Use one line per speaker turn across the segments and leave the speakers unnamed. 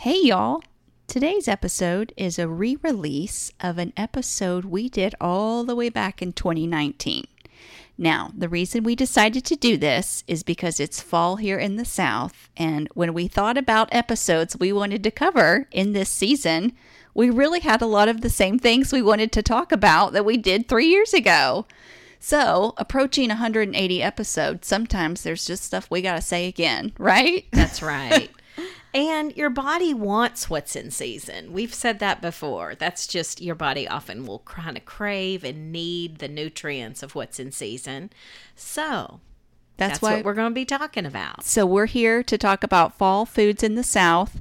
Hey, y'all. Today's episode is a re release of an episode we did all the way back in 2019. Now, the reason we decided to do this is because it's fall here in the South, and when we thought about episodes we wanted to cover in this season, we really had a lot of the same things we wanted to talk about that we did three years ago. So, approaching 180 episodes, sometimes there's just stuff we got to say again, right?
That's right. and your body wants what's in season. We've said that before. That's just your body often will kind of crave and need the nutrients of what's in season. So
That's
that's,
why-
what we're going to be talking about.
So we're here to talk about fall foods in the South.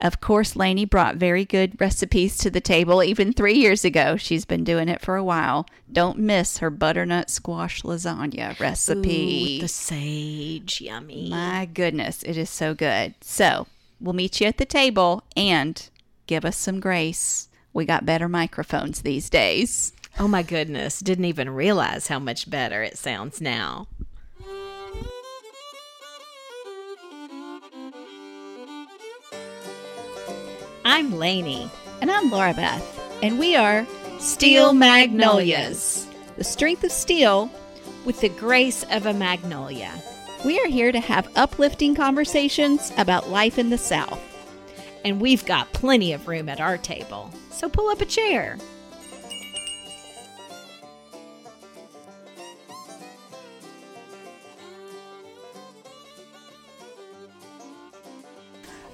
Of course, Lainey brought very good recipes to the table even three years ago. She's been doing it for a while. Don't miss her butternut squash lasagna recipe.
Ooh, the sage, yummy.
My goodness, it is so good. So we'll meet you at the table and give us some grace. We got better microphones these days.
oh my goodness, didn't even realize how much better it sounds now. I'm Lainey.
And I'm Laura Beth, and we are
Steel Magnolias.
The strength of steel
With the grace of a magnolia.
We are here to have uplifting conversations about life in the South.
and we've got plenty of room at our table. So pull up a chair.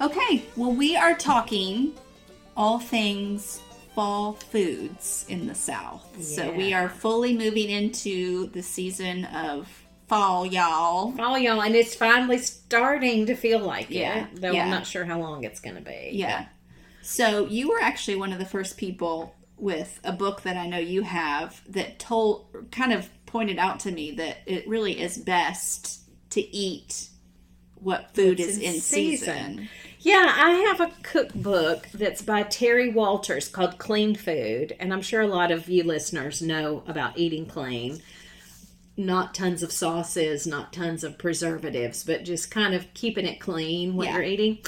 Okay, well, we are talking all things fall foods in the South. So we are fully moving into the season of fall, y'all.
Oh, y'all, and it's finally starting to feel like
Yeah,
it, though
yeah.
I'm not sure how long it's going to be.
Yeah. So you were actually one of the first people with a book that I know you have that told, kind of pointed out to me that it really is best to eat what food
What's
is
in
in
season.
season.
Yeah, I have a cookbook that's by Terry Walters called Clean Food, and I'm sure a lot of you listeners know about eating clean. Not tons of sauces, not tons of preservatives, but just kind of keeping it clean what
Yeah.
you're eating.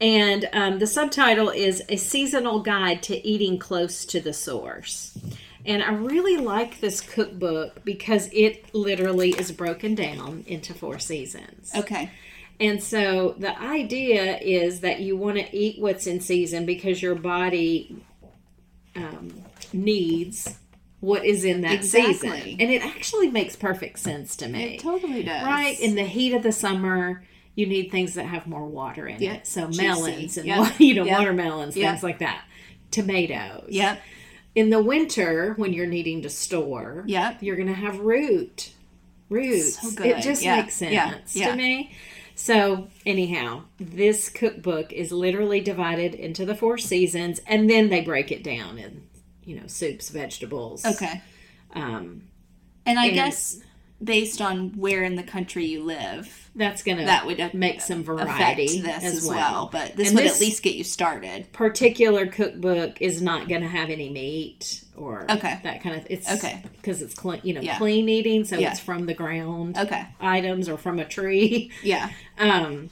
And um, the subtitle is A Seasonal Guide to Eating Close to the Source. And I really like this cookbook because it literally is broken down into four seasons.
Okay.
And so the idea is that you want to eat what's in season because your body um, needs what is in that
Exactly.
season. And it actually makes perfect sense to me.
It totally does.
Right? In the heat of the summer, you need things that have more water in
Yeah.
it. So
Juicy.
melons and
Yeah.
you know
Yeah.
watermelons,
Yeah.
things like that. Tomatoes.
Yep.
In the winter, when you're needing to store,
Yep.
you're going to have root. Roots.
So good.
It just
Yeah.
makes sense
Yeah. Yeah.
to me. So, anyhow, this cookbook is literally divided into the four seasons, and then they break it down in, you know, soups, vegetables.
Okay. Um and I guess based on where in the country you live.
That's gonna
That would uh,
make some
affect
variety
this
as, well.
but this
And
would at least get you started.
particular cookbook is not going to have any meat or
Okay.
that kind of it's
Okay.
because it's clean you know
Yeah.
clean eating so
Yeah.
it's from the ground
Okay.
items or from a tree
Yeah.
um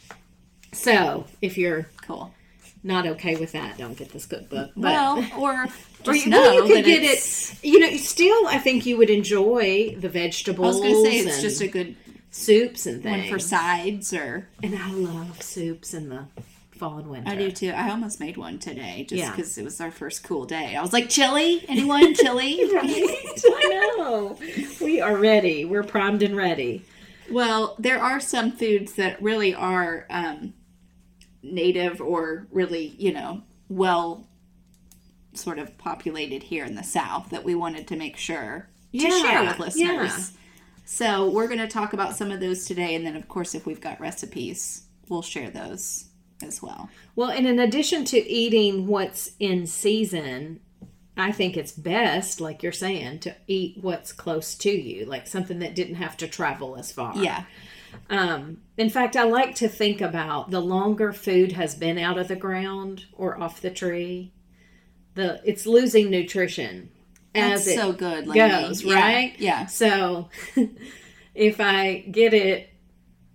so if you're
Cool.
not okay with that don't get this cookbook but
well, or
or
just
you,
know
well, you
that
could get
it's,
it you know still i think you would enjoy the
I
vegetables
was gonna say it's
and
just a good
soups and
one
things
for sides or
and i love soups in the fall and winter
I do too. I almost made one today just
Yeah.
because it was our first cool day. I was like, chili? Anyone chili?
i know we are ready we're primed and ready
well, there are some foods that really are um, native or really, you know, well sort of populated here in the South that we wanted to make sure to
Yeah,
share with listeners.
yeah.
So we're going to talk about some of those today. And then, of course, if we've got recipes, we'll share those as well.
Well, and in addition to eating what's in season, I think it's best, like you're saying, to eat what's close to you, like something that didn't have to travel as far.
Yeah.
Um, in fact, I like to think about the longer food has been out of the ground or off the tree, the it's losing nutrition
That's
as it
so good. Lainey.
goes,
Yeah,
right?
Yeah.
So if I get it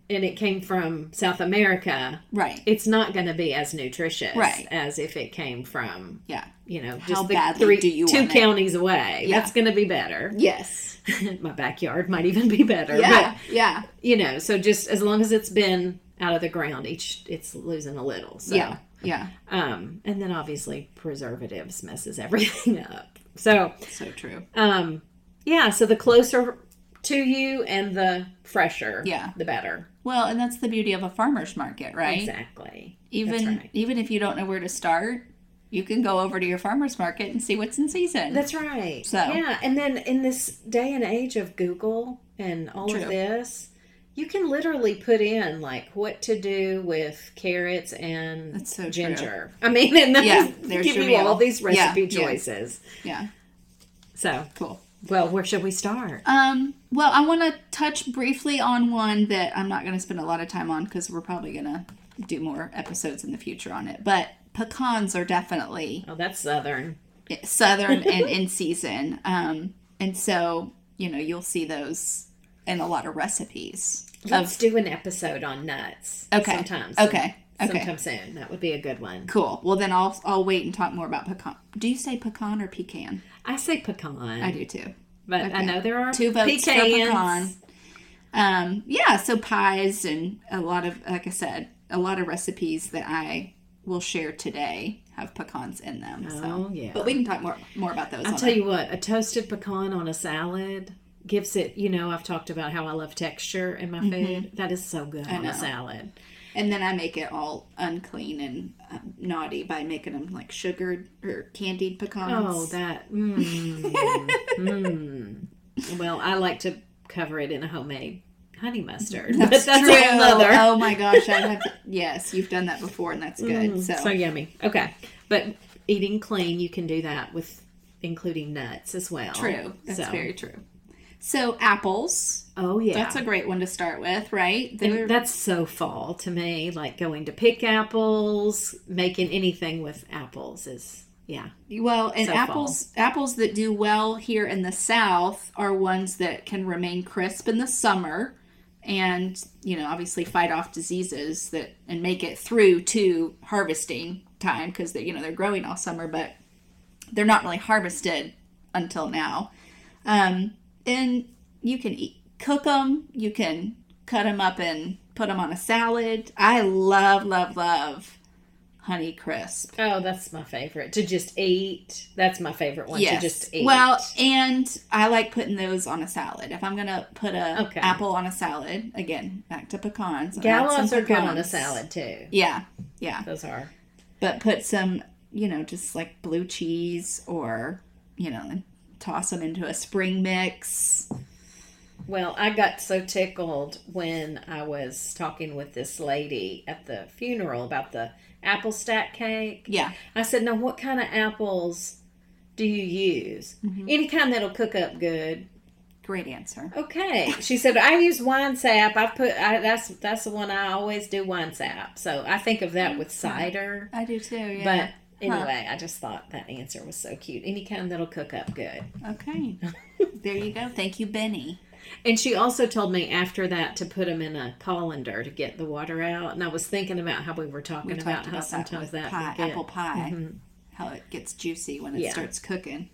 and it came from South America,
Right.
it's not going to be as nutritious
Right.
as if it came from
yeah.
you know just
How
the
badly
three,
do you
two
want it?
counties away
Yeah.
that's going to be better
Yes.
my backyard might even be better
Yeah.
but
Yeah.
you know so just as long as it's been out of the ground each it's losing a little so
Yeah. Yeah.
um and then obviously preservatives messes everything up so
So true.
um yeah so the closer to you and the fresher
Yeah.
the better
Well, and that's the beauty of a farmer's market, right?
exactly
Even
That's right.
even if you don't know where to start, you can go over to your farmer's market and see what's in season.
That's right.
So-
yeah, and then in this day and age of Google and all
True.
of this, you can literally put in like what to do with carrots and
That's so true.
ginger. I mean, and those
Yeah, there's
give
your
you
meal.
all these recipe
Yeah, yeah.
choices.
yeah.
So,
Cool.
well, where should we start?
Um, well, I want to touch briefly on one that I'm not going to spend a lot of time on because we're probably going to do more episodes in the future on it. But pecans are definitely
Oh, that's southern.
southern and in season um and so you know you'll see those in a lot of recipes
Let's do an episode on nuts.
Okay.
Sometimes.
Okay. Okay.
Sometime soon. That would be a good one.
cool well then i'll i'll wait and talk more about pecan do you say pecan or pecan
I say pecan,
i do too
but I know there are
two votes for pecan
pecans.
um yeah so pies and a lot of like i said a lot of recipes that i will share today have pecans in them so
Oh, yeah.
but we can talk more more about those
I'll
on
tell
our-
you what, a toasted pecan on a salad gives it, you know, I've talked about how I love texture in my food. That is so good on
Mm-hmm. know.
a salad.
And then I make it all unclean and um, naughty by making them like sugared or candied pecans.
Oh, that. Mmm. mm. Well, I like to cover it in a homemade honey mustard. That's, but that's a whole nother-
Oh my gosh, I have. To, yes, you've done that before, and that's good. so,
Mm, So yummy. Okay. But eating clean, you can do that with including nuts as well.
true. That's
So-
very true. So apples.
Oh, yeah.
That's a great one to start with, right? They
And
were-
that's so fall to me. Like going to pick apples, making anything with apples is yeah.
well, and
so
apples apples that do well here in the South are ones that can remain crisp in the summer, and you know obviously fight off diseases that and make it through to harvesting time because they you know they're growing all summer, but they're not really harvested until now. Um, and you can eat, cook them. You can cut them up and put them on a salad. I love love love honey crisp.
Oh, that's my favorite to just eat. That's my favorite one
Yes.
to just eat.
Well, and I like putting those on a salad. If I'm gonna put a
Okay.
apple on a salad, again back to pecans. add
gallops
some
are good on a
pecans.
salad too.
Yeah, yeah.
Those are.
But put some, you know, just like blue cheese or you know, and toss them into a spring mix.
Well, I got so tickled when I was talking with this lady at the funeral about the apple stack cake.
Yeah,
I said, "Now, what Mm-hmm. kind of apples do you use? Any kind that'll cook up good."
Great answer.
Okay. She said, I use wine sap. I put I, that's that's the one I always do wine sap. So I think of that with
Mm-hmm.
cider.
I do too.
But
Yeah.
anyway, I just thought that answer was so cute. Any kind that'll cook up good.
okay. there you go. Thank you, Benny.
And she also told me after that to put them in a colander to get the water out. And I was thinking about how we were talking
We talked
about, how
about that
sometimes
with
that,
pie,
would get- Mm-hmm.
apple pie, how it gets juicy when it
Yeah.
starts cooking.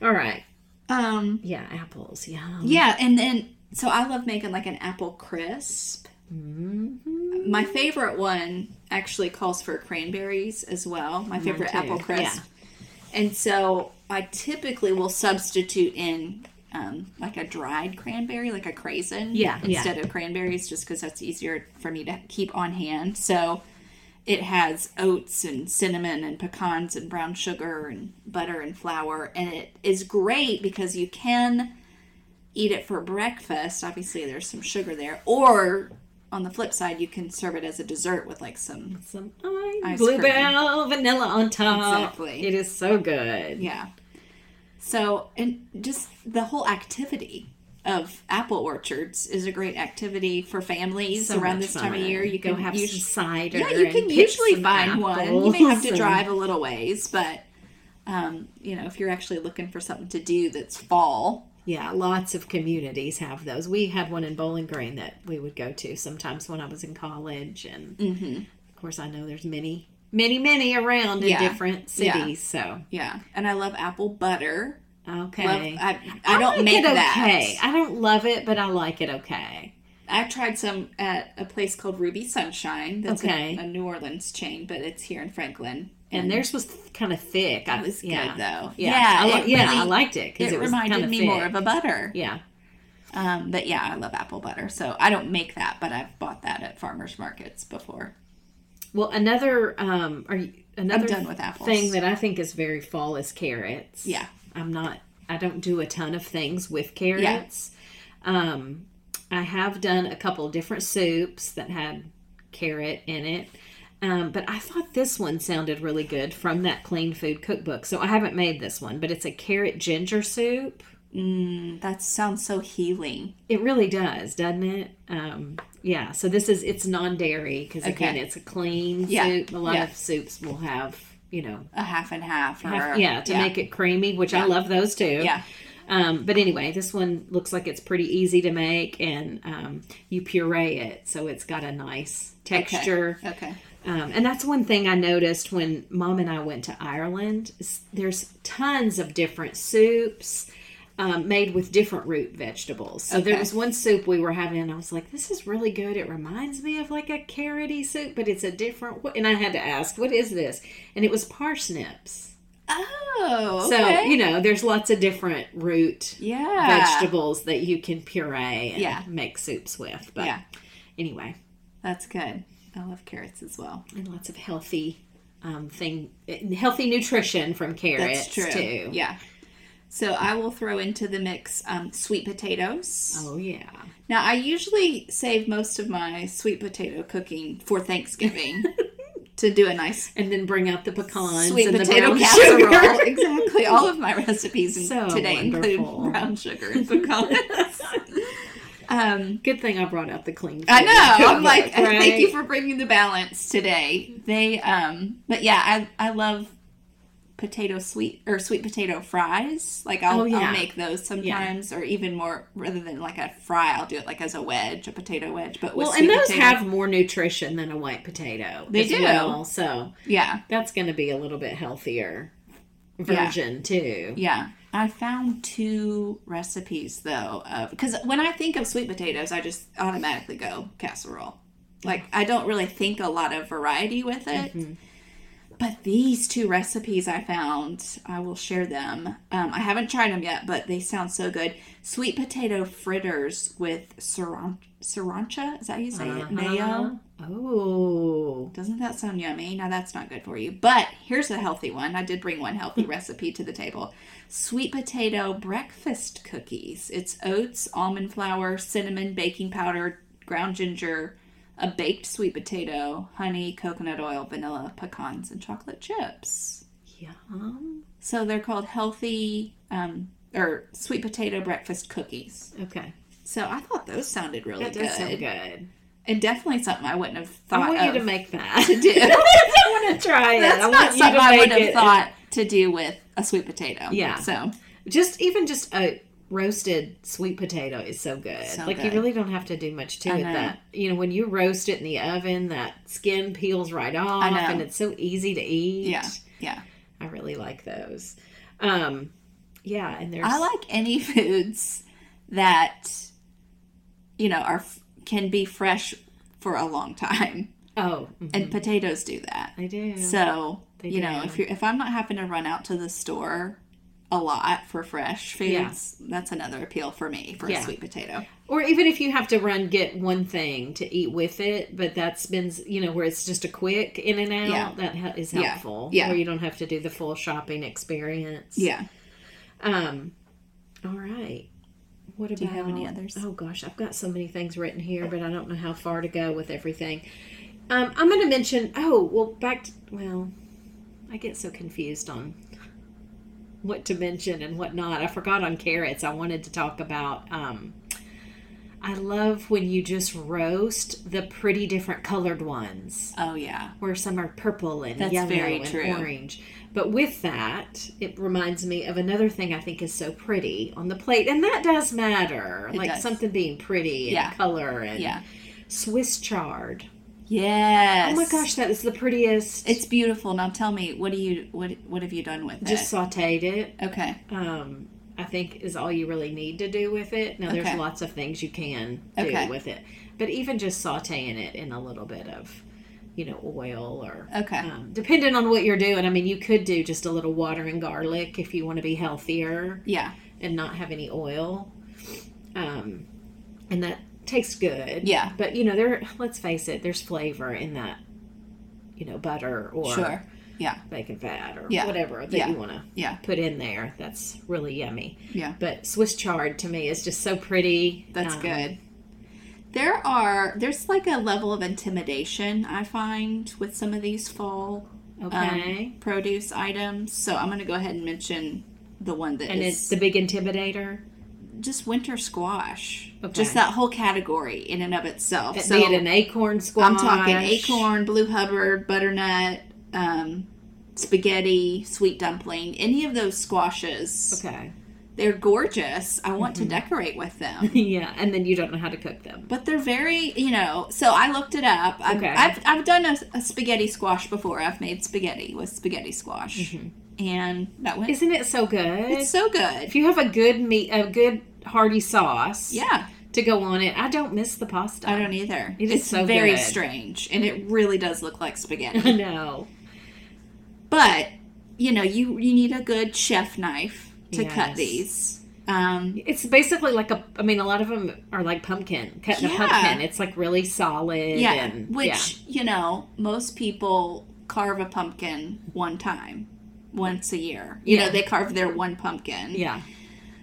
All right.
Um.
Yeah, apples. Yum.
Yeah, and then so I love making like an apple crisp. My favorite one actually calls for cranberries as well. My favorite
too,
apple crisp. And so I typically will substitute in um, like a dried cranberry, like a craisin,
Yeah, yeah.
instead of cranberries, just because that's easier for me to keep on hand. So it has oats and cinnamon and pecans and brown sugar and butter and flour, and it is great because you can eat it for breakfast. Obviously, there's some sugar there, or on the flip side, you can serve it as a dessert with like some
Some ice,
Ice
bluebell, vanilla on top.
Exactly.
It is so good.
Yeah. So, and just the whole activity of apple orchards is a great activity for families
So
around
much
this time of
fun.
year. You
go
can
have
usu-
some cider.
yeah, you
and
can
pick
usually
some
find one. You may have to
apples
drive a little ways, but um, you know, if you're actually looking for something to do that's fall,
Yeah, lots of communities have those. We had one in Bowling Green that we would go to sometimes when I was in college, and
Mm-hmm.
of course, I know there's many, many, many around in
Yeah.
different
Yeah.
cities.
yeah. And I love apple butter.
So okay,
Love, I, I, don't
like
make
it okay.
that.
I don't love it, but I like it okay.
I tried some at a place called Ruby Sunshine. That's
Okay.
a, a New Orleans chain, but it's here in Franklin.
And theirs was kind of thick. I
It was good,
yeah.
though.
Yeah,
Yeah,
I,
it
li- yeah, I
really-
liked it because
It,
it, was
reminded
kinda
me
thick.
more of a butter.
yeah.
Um, but yeah, I love apple butter. So I don't make that, but I've bought that at farmers markets before.
Well, another um, are you, another
done with apples.
thing that I think is very fall is carrots.
Yeah.
I'm not. I don't do a ton of things with carrots. Um, I have done a couple different soups that had carrot in it. Um, but I thought this one sounded really good from that clean food cookbook. So I haven't made this one, but it's a carrot ginger soup.
That sounds so healing.
It really does, doesn't it? Um, yeah. So this is it's non-dairy because again,
Okay.
it's a clean
Yeah,
soup. A lot
yeah.
of soups will have you know,
A half and half. Or,
have- yeah, to make it creamy, which I love those too.
Yeah.
Um, but anyway, this one looks like it's pretty easy to make, and um, you puree it, so it's got a nice texture.
Okay. okay.
Um, and that's one thing I noticed when mom and I went to Ireland. is There's tons of different soups um, made with different root vegetables. So there
Okay.
was one soup we were having, and I was like, this is really good. It reminds me of like a carroty soup, but it's a different. wh-" And I had to ask, what is this? And it was parsnips.
Oh,
So,
okay.
you know, there's lots of different root
yeah.
vegetables that you can puree and
Yeah.
make soups with. But
Yeah.
anyway,
That's good. I love carrots as well.
and lots of healthy um, thing, healthy nutrition from carrots
That's true.
too.
Yeah. So I will throw into the mix um, sweet potatoes.
Oh yeah.
Now, I usually save most of my sweet potato cooking for Thanksgiving to do a nice
And then bring out the pecans
sweet
and
potato
the brown sugar.
casserole. exactly. All of my recipes
So
today
wonderful.
include brown sugar and pecans. um,
Good thing I brought out the clean.
I
food
know. I'm
cookbook,
like, thank you
right?
for bringing the balance today. They, um, but yeah, I, I love potato sweet or sweet potato fries. Like I'll,
Oh, yeah.
I'll make those sometimes, or even more rather than like a fry, I'll do it like as a wedge, a potato wedge. But with
Well,
sweet
and those
potato.
have more nutrition than a white potato.
They
as
do.
Well, so
yeah,
that's going to be a little bit healthier
Yeah.
version too.
yeah. I found two recipes though of because when I think of sweet potatoes, I just automatically go casserole. Like I don't really think a lot of variety with it. But these two recipes I found, I will share them. Um, I haven't tried them yet, but they sound so good. Sweet potato fritters with sriracha. Sriracha? Is that how you say it? Mayo?
Oh.
Doesn't that sound yummy? Now that's not good for you. But here's a healthy one. I did bring one healthy recipe to the table. Sweet potato breakfast cookies. It's oats, almond flour, cinnamon, baking powder, ground ginger, a baked sweet potato, honey, coconut oil, vanilla, pecans, and chocolate chips.
Yum.
So they're called healthy um, or sweet potato breakfast cookies.
Okay.
So I thought those sounded really
That
good.
does sound good.
And definitely something I wouldn't have thought
I want
of
you to make that.
do.
I want to try it.
That's
I
not
want you
something
to
I would
make
have
it.
thought to do with a sweet potato.
Yeah.
So
Just even just a roasted sweet potato is so good.
So
like you
good.
really don't have to do much to
I
it.
know.
That you know when you roast it in the oven, that skin peels right off,
know.
and it's so easy to eat.
yeah, yeah.
I really like those. Um, yeah, and there's
I like any foods that you know are can be fresh for a long time,
oh,
and potatoes do that.
I do.
So
They
Mm-hmm. you know
do.
if you are if I'm not having to run out to the store a lot for fresh
Yeah.
foods, that's another appeal for me for
Yeah.
a sweet potato.
Or even if you have to run, get one thing to eat with it, but that's been, you know, where it's just a quick in and out,
Yeah.
that ha- is
Yeah.
helpful.
Yeah.
Where you don't have to do the full shopping experience.
Yeah.
Um, all right. What about, do
you have any others?
Oh gosh, I've got so many things written here, but I don't know how far to go with everything. Um, I'm going to mention, oh, well, back to, well, I get so confused on what to mention and what not. I forgot on carrots. I wanted to talk about, um, I love when you just roast the pretty different colored ones
Oh yeah.
where some are purple and
That's
yellow
very
and
true.
orange. But with that, it reminds me of another thing I think is so pretty on the plate, and that does matter. like
does.
something being pretty and
Yeah.
color and
Yeah.
Swiss chard.
Yes.
Oh my gosh, that is the prettiest.
It's beautiful. Now tell me, what do you what what have you done with
just
it?
sautéed it.
okay.
Um, I think is all you really need to do with it. Now
Okay.
there's lots of things you can do
Okay.
with it, but even just sautéing it in a little bit of, you know, oil or
Okay.
um, depending on what you're doing i mean you could do just a little water and garlic if you want to be healthier
yeah.
and not have any oil um, and that tastes good
Yeah.
but you know there let's face it there's flavor in that you know butter or
Sure. Yeah.
bacon fat or
Yeah.
whatever that
Yeah.
you want to
Yeah.
put in there that's really yummy
Yeah.
but swiss chard to me is just so pretty
That's
Um,
good. There are there's like a level of intimidation I find with some of these fall um,
okay
produce items. So I'm going to go ahead and mention the one that
and
is
it's the big intimidator
just winter squash.
Okay.
Just that whole category in and of itself.
That
so
be it an acorn squash
I'm talking acorn, blue hubbard, butternut, um, spaghetti, sweet dumpling, any of those squashes.
okay Mm-hmm.
They're gorgeous. I want to decorate with them.
Yeah, and then you don't know how to cook them.
But they're very, you know. So I looked it up. I've,
Okay.
I've, I've done a, a spaghetti squash before. I've made spaghetti with spaghetti squash, and that went.
Isn't Mm-hmm. it so good?
it's so good.
if you have a good meat, a good hearty sauce,
Yeah,
to go on it. I don't miss the pasta.
I don't either.
It is
it's
so
very
good.
strange, and it really does look like
I
spaghetti.
know.
but you know, you you need a good chef knife to cut
Yes.
these. Um,
It's basically like a. I mean, a lot of them are like pumpkin, cutting
Yeah.
a pumpkin. It's like really solid.
yeah,
and,
which you know, most people carve a pumpkin one time, once a year. You
Yeah.
know, they carve their one pumpkin.
yeah,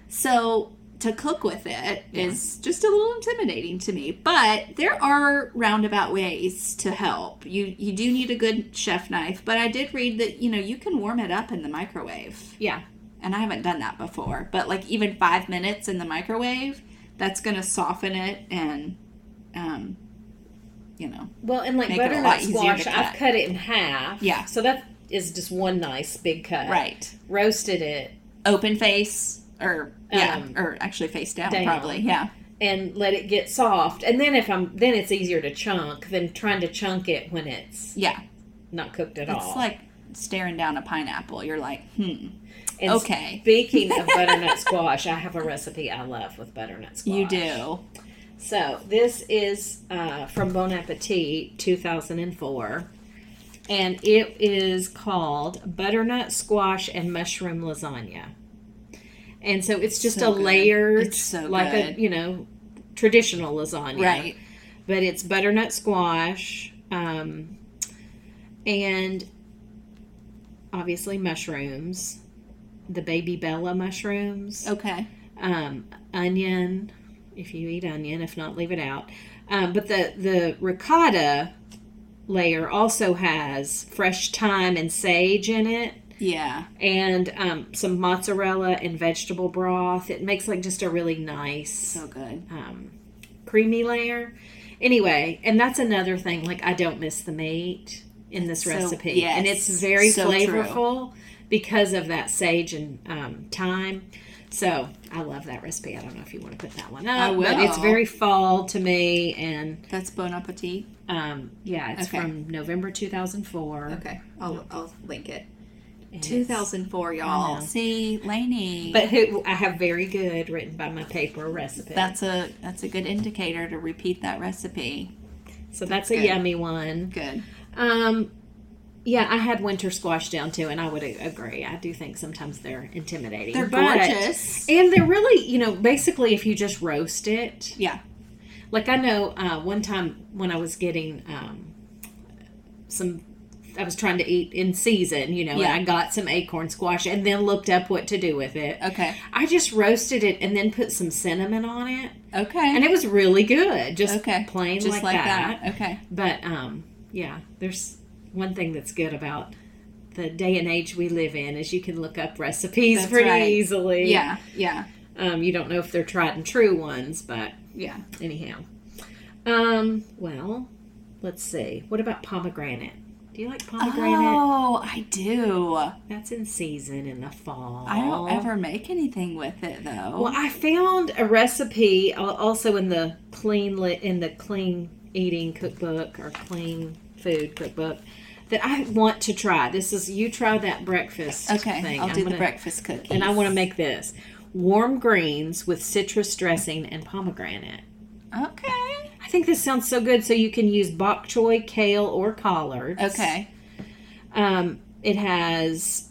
So to cook with it is just a little intimidating to me, but there are roundabout ways to help. You you do need a good chef knife, but I did read that you know you can warm it up in the microwave,
yeah,
and I haven't done that before. But like even five minutes in the microwave, that's going to soften it and, um, you know,
Well, and like
Make it a lot
butternut
easier to
squash,
cut.
I've cut it in half.
Yeah.
so that is just one nice big cut.
right,
roasted it
open face or yeah,
Um,
or actually face down,
down.
probably yeah,
and let it get soft, and then if I'm then it's easier to chunk than trying to chunk it when it's
yeah.
not cooked at all.
It's like staring down a pineapple. You're like, hmm.
And
Okay.
Speaking of butternut squash, I have a recipe I love with butternut squash.
You do.
So this is uh, from Bon Appetit, 2004, and it is called butternut squash and mushroom lasagna. And so it's just
So
a
good.
layered,
It's so
like
good.
a you know traditional lasagna,
Right.
but it's butternut squash um, and obviously mushrooms the baby bella mushrooms
Okay.
um, onion if you eat onion if not leave it out um, but the the ricotta layer also has fresh thyme and sage in it
Yeah.
and um, some mozzarella and vegetable broth. It makes like just a really nice
So good.
Uh. creamy layer. Anyway, and that's another thing. Like I don't miss the meat in this recipe,
yes,
and it's very
so true.
flavorful because of that sage and um, thyme. So I love that recipe. I don't know if you want to put that one up,
I
but it's
will.
very fall to me, and
That's Bon Appetit.
um, yeah, it's
Okay.
from November two thousand four.
Okay. I'll, I'll link it. 2004,
I
y'all.
know.
See, Lainey.
But who I have very good written by my paper recipe.
that's a that's a good indicator to repeat that recipe.
so that's a
good.
yummy one.
Good.
Um, yeah, I had winter squash down too, and I would a- agree. I do think sometimes they're intimidating.
They're
but-
gorgeous.
and they're really, you know, basically if you just roast it.
Yeah.
Like I know uh, one time when I was getting um, some. I was trying to eat in season, you know,
Yeah.
and I got some acorn squash and then looked up what to do with it.
Okay.
I just roasted it and then put some cinnamon on it.
Okay.
And it was really good. Just
okay.
plain
Just
like,
like
that.
Okay.
But um, yeah, there's one thing that's good about the day and age we live in is you can look up recipes
That's
pretty
right.
easily.
Yeah. Yeah.
Um, you don't know if they're tried and true ones, but
Yeah.
anyhow. Um, well, let's see. What about pomegranate? Do you like pomegranate?
Oh, I do.
That's in season in the fall.
I don't ever make anything with it though.
Well, I found a recipe al- also in the clean li- in the clean eating cookbook or clean food cookbook that I want to try. This is you try that breakfast.
okay.
thing.
I'll
I'm
do the
gonna-
breakfast cookies.
and I want to make this warm greens with citrus dressing and pomegranate.
Okay.
I think this sounds so good. So you can use bok choy, kale, or collards.
Okay.
Um, it has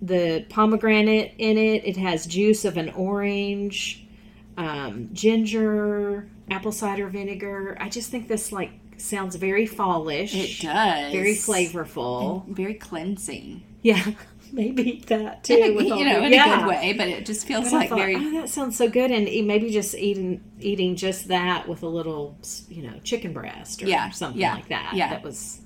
the pomegranate in it. It has juice of an orange, um, ginger, apple cider vinegar. I just think this like sounds very fallish.
It does.
Very flavorful.
Very cleansing.
Yeah, maybe that too.
In a,
with all
you know,
the-
in a
yeah.
good way, but it just feels
But I
like
thought,
very
oh, that sounds so good, and e- maybe just eating eating just that with a little, you know, chicken breast or
Yeah,
something
yeah,
like that.
yeah.
that was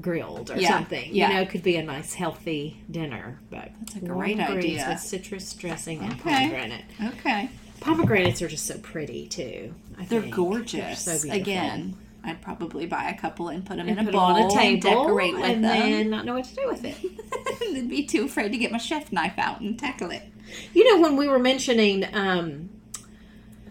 grilled or
Yeah,
something.
yeah.
You know, could be a nice healthy dinner. But that's
a great idea.
with citrus dressing and
Okay.
pomegranate.
okay.
Pomegranates are just so pretty too. I
They're
think.
gorgeous.
so beautiful.
Again, I'd probably buy a couple and put them in
And
a
put 'em
bowl
on a
and
table
decorate with
and
them.
then not know what to do with it.
and then be too afraid to get my chef knife out and tackle it.
You know, when we were mentioning um,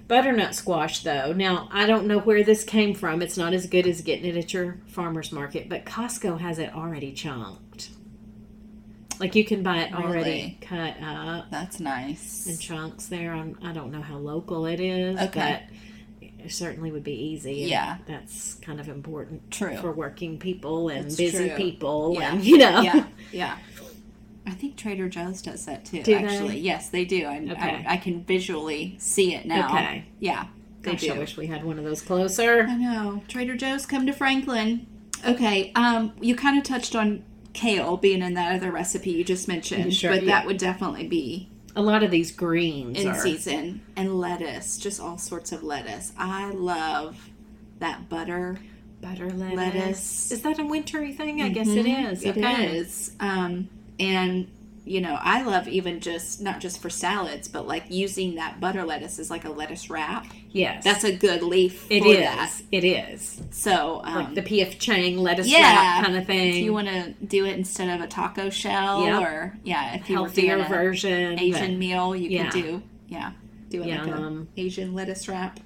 butternut squash, though, now I don't know where this came from. It's not as good as getting it at your farmer's market, but Costco has it already chunked. Like you can buy it already
Really?
cut up
That's
in
nice.
chunks there. On I don't know how local it is,
Okay.
but it certainly would be easy. and
Yeah.
that's kind of important.
True.
for working people and
That's
busy
true.
people,
Yeah.
and you know,
yeah, yeah. I think Trader Joe's does that too.
Do they?
actually, yes, they do. I,
Okay.
I, I can visually see it now.
Okay.
Yeah, they
Gosh,
do.
I wish we had one of those closer.
I know. Trader Joe's come to Franklin. Okay. Um, you kind of touched on kale being in that other recipe you just mentioned,
Sure,
but
yeah.
that would definitely be
A lot of these greens
in
are
season and lettuce, just all sorts of lettuce. I love that butter.
butter lettuce.
Lettuce. Mm-hmm.
Is that a wintry thing? I guess it is.
It
okay.
is. Um, and you know, I love even just not just for salads, but like using that butter lettuce as like a lettuce wrap.
Yes.
That's a good leaf
it
for
is.
that.
It is.
So um,
Like the P.F. Chang lettuce
yeah,
wrap kind of thing.
If you want to do it instead of a taco shell,
Yeah.
or yeah, if you
healthier
were doing an
version.
Asian meal, you
Yeah.
can do yeah, do it like an
Yum.
Asian lettuce wrap.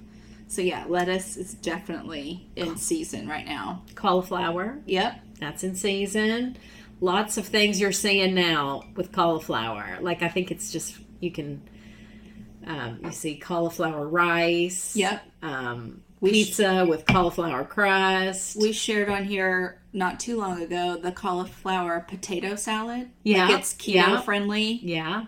So yeah, lettuce is definitely in season right now.
but cauliflower.
Yep.
That's in season. Lots of things you're seeing now with cauliflower. Like I think it's just you can. Um, you see cauliflower rice.
Yep.
Um,
We sh-
pizza with cauliflower crust.
We shared on here not too long ago the cauliflower potato salad.
Yeah,
Like it's keto
yeah.
friendly.
Yeah.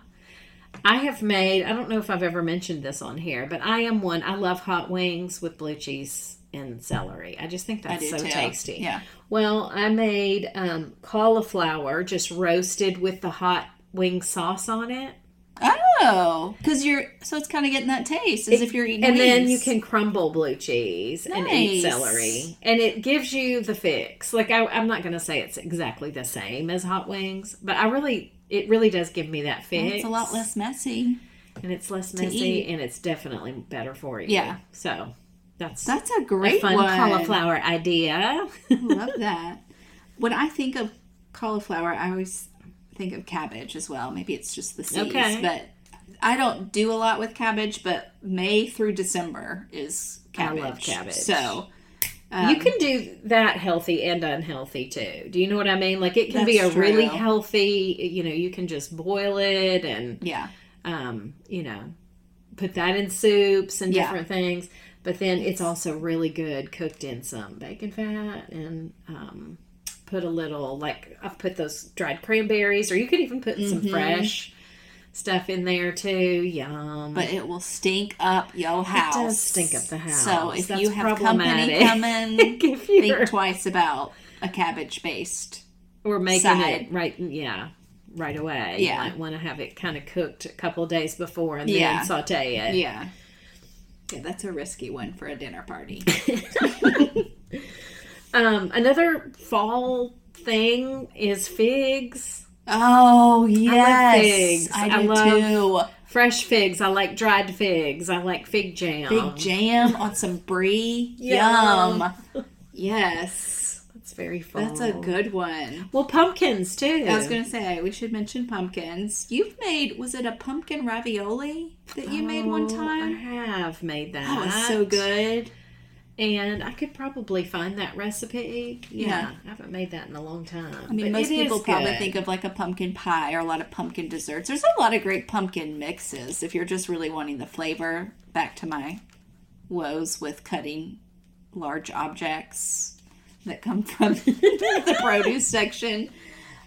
I have made, I don't know if I've ever mentioned this on here, but I am one. I love hot wings with blue cheese and celery. I just think that's
do
so
too.
tasty.
Yeah.
Well, I made um, cauliflower just roasted with the hot wing sauce on it.
Oh, because you're so it's kind of getting that taste as if you're eating.
and then you
wings.
can crumble blue cheese and eat
Nice.
celery and it gives you the fix like I, i'm not going to say it's exactly the same as hot wings but i really it really does give me that fix
Well, it's a lot less messy.
and it's less messy
eat.
and it's definitely better for you
Yeah.
so that's
That's a
a
great
fun
one.
cauliflower idea
Love that. When I think of cauliflower, I always think of cabbage as well. Maybe it's just the seeds,
Okay.
but I don't do a lot with cabbage. But May through December is
I
cabbage.
love cabbage.
So
you
Um,
can do that healthy and unhealthy too. Do you know what I mean? Like it can be a
That's
really
true.
healthy, you know, you can just boil it and
yeah,
um, you know, put that in soups and
Yeah.
different things. But then it's also really good cooked in some bacon fat and um put a little like I've put those dried cranberries or you could even put
Mm-hmm.
some fresh stuff in there too. Yum.
but it will stink up your house.
does stink up the house.
So if
That's
you have company coming,
problematic. If you're-
think twice about a cabbage based.
Or making it
side.
right, yeah, right away.
Yeah.
you might want to have it kind of cooked a couple days before and
Yeah.
then saute it.
Yeah. Yeah, that's a risky one for a dinner party.
Um, another fall thing is figs,
Oh yes,
figs.
I,
I
do
love fresh figs. I like dried figs. I like fig jam.
too. Big jam on some brie.
Yum.
Yum. Yes,
That's very fall.
that's a good one.
Well, pumpkins too.
I was gonna say we should mention pumpkins. You've made was it a pumpkin ravioli that you made one
Oh, I
time?
have made that.
That was so good.
And I could probably find that recipe. Yeah,
Yeah.
I haven't made that in a long time.
I mean, most people probably think of like a pumpkin pie or a lot of pumpkin desserts. There's a lot of great pumpkin mixes if you're just really wanting the flavor. Back to my woes with cutting large objects that come from the produce section.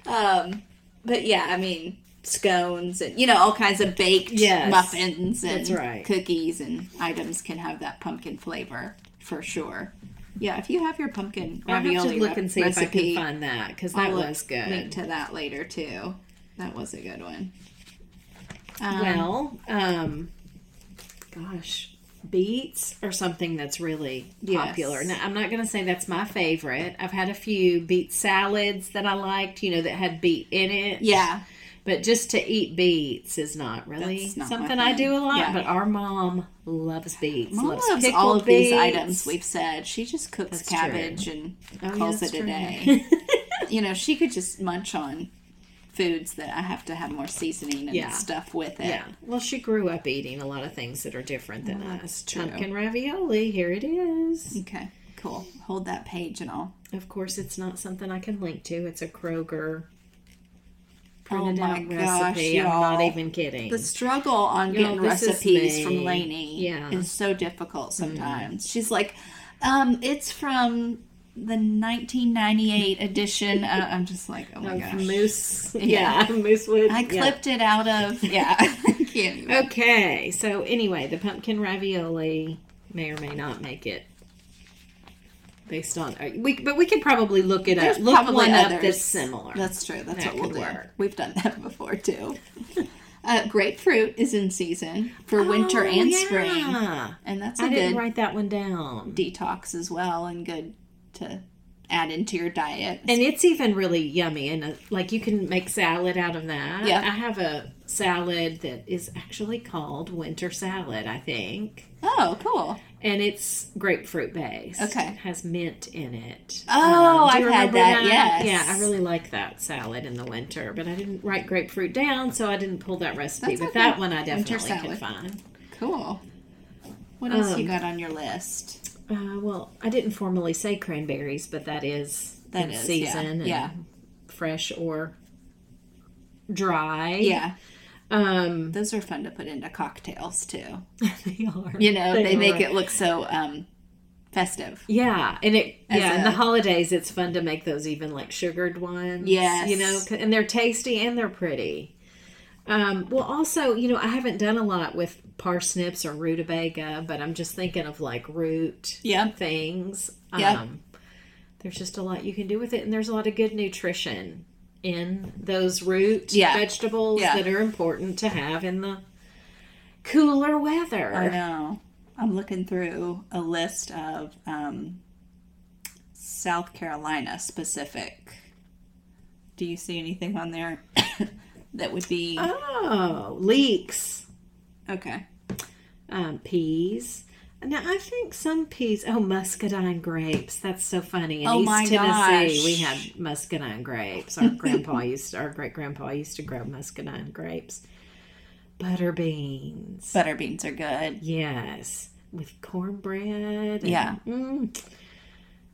Um, but yeah, I mean, scones and, you know, all kinds of baked
Yes.
muffins and
That's right.
cookies and items can have that pumpkin flavor for sure. Yeah, if you have your pumpkin
I
ravioli
have to look
rep-
and see
recipe,
if I can find that because that
I'll look-
was good.
Link to that later too. That was a good one. Um,
well, um, gosh, beets are something that's really
Yes.
popular. Now, I'm not going to say that's my favorite. I've had a few beet salads that I liked, you know, that had beet in it.
yeah,
But just to eat beets is not really
That's not my
something I
thing.
do a lot.
Yeah.
But our mom loves beets.
mom
loves,
loves
pickled
all of these
beets.
items we've said. She just cooks
That's true.
cabbage and
Oh, yeah,
calls
that's
it a
true.
day. you know, she could just munch on foods that I have to have more seasoning and
Yeah.
stuff with it.
Yeah. Well, she grew up eating a lot of things that are different than us.
true.
Pumpkin ravioli. Here it is.
Okay, cool. Hold that page and all.
Of course, it's not something I can link to. It's a Kroger
Oh
printed
my gosh,
out recipe. I'm not
y'all.
even kidding.
The struggle on
Y'all,
getting
this is
recipes
me.
from Lainey
Yeah. Mm-hmm.
is so difficult sometimes. She's like, um, it's from the 1998 edition. Uh, I'm just like, oh my
Of
gosh.
moose. Yeah, moose wood.
I
yeah.
clipped it out of, yeah. I can't even.
Okay, so anyway, the pumpkin ravioli may or may not make it. Based on, uh, we but we could probably look it
There's
up. Look
probably
one up
others.
that's similar.
That's true. That's what
That
we'll
could
do.
work.
We've done that before too. uh, grapefruit is in season for winter and spring,
Oh, Yeah.
and that's a
I
good
didn't write that one down.
detox as well, and good to add into your diet.
And it's even really yummy, and uh, like you can make salad out of that.
Yeah.
I have a salad that is actually called winter salad, I think,
oh, cool.
and it's grapefruit based.
Okay.
it has mint in it.
Oh,
Um, do you
I've had
remember
that,
Yeah,
yes.
I really like that salad in the winter, but I didn't write grapefruit down, so I din't pull that recipe.
That's
but
okay.
that one I
Winter
definitely
salad.
could find.
Cool. What else you
Um,
got on your list?
Uh, well, I didn't formally say cranberries, but that is
That
in
is, yeah,
season, and
yeah.
fresh or dry.
Yeah,
Um,
those are fun to put into cocktails too.
they are.
You know, they, make
are.
it look so um, festive.
Yeah, and it
As
yeah, in
a-
the holidays it's fun to make those even like sugared ones.
Yes.
you know, 'cause- and they're tasty and they're pretty. Um, well, also, you know, I haven't done a lot with parsnips or rutabaga, but I'm just thinking of like root
Yeah.
things.
Yeah.
Um, there's just a lot you can do with it, and there's a lot of good nutrition in those root
Yeah.
vegetables
Yeah.
that are important to have in the cooler weather.
I know. I'm looking through a list of um, South Carolina specific. Do you see anything on there that would be
Oh, leeks.
okay?
um, peas. Now I think some peas. Oh, muscadine grapes. That's so funny. In
Oh,
East
my
Tennessee, we
gosh.
had muscadine grapes. Our grandpa used, our great grandpa used to grow muscadine grapes. Butter beans.
Butter beans are good.
yes, with cornbread. and-
Yeah.
Mm.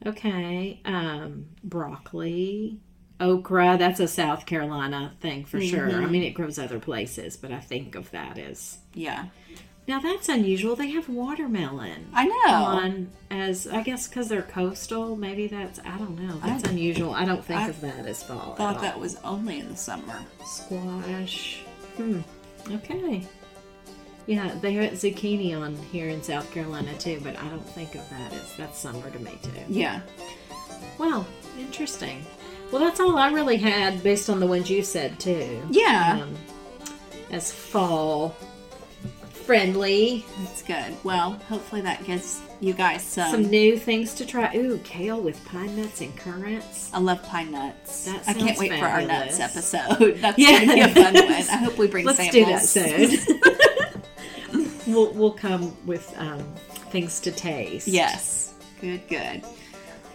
okay. Um, broccoli. Okra, that's a South Carolina thing for
Mm-hmm.
sure. I mean, it grows other places, but I think of that as
Yeah,
now that's unusual. They have watermelon
I know.
on as I guess because they're coastal. Maybe that's I don't know. That's unusual. I don't think
I
of that as fall. at
Thought
all.
that was only in the summer.
squash. Hmm. Okay. Yeah, they had zucchini on here in South Carolina too, but I don't think of that as that's summer to me too.
Yeah,
Well, interesting. Well, that's all I really had based on the ones you said too.
yeah,
Um, as fall friendly.
that's good. Well, hopefully that gives you guys some.
Some new things to try. Ooh, kale with pine nuts and currants.
I love pine nuts.
That
I can't
sounds
wait
fabulous.
for our nuts episode. That's gonna be a
Yes.
fun one. I hope we bring
Let's do that
samples.
soon. we'll we'll come with um, things to taste.
Yes. Good, good.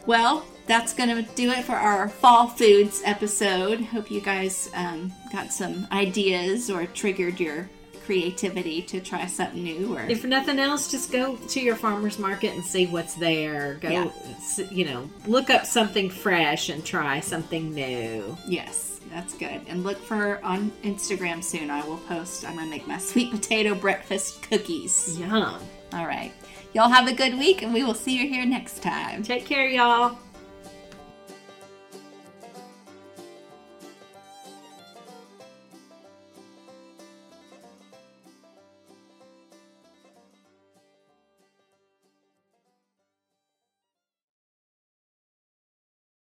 Well, that's going to do it for our fall foods episode. Hope you guys um, got some ideas or triggered your creativity to try something new or
If nothing else, just go to your farmer's market and see what's there. Go,
Yeah.
s you know, look up something fresh and try something new.
Yes, that's good. And look for on Instagram soon. I will post. I'm going to make my sweet potato breakfast cookies.
Yum.
All right. Y'all have a good week and we will see you here next time.
Take care, y'all.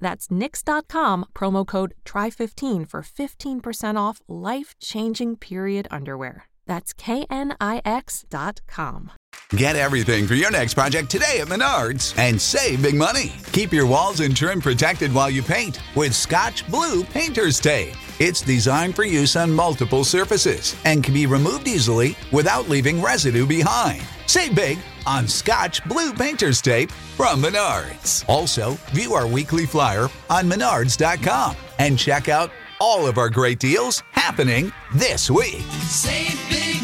That's nix.com, promo code TRY15 for 15% off life changing period underwear. That's knix.com.
Get everything for your next project today at Menards and save big money. Keep your walls and trim protected while you paint with Scotch Blue Painter's Tape. It's designed for use on multiple surfaces and can be removed easily without leaving residue behind. Save big on Scotch Blue Painter's Tape from Menards. Also, view our weekly flyer on menards.com and check out all of our great deals happening this week.
Save big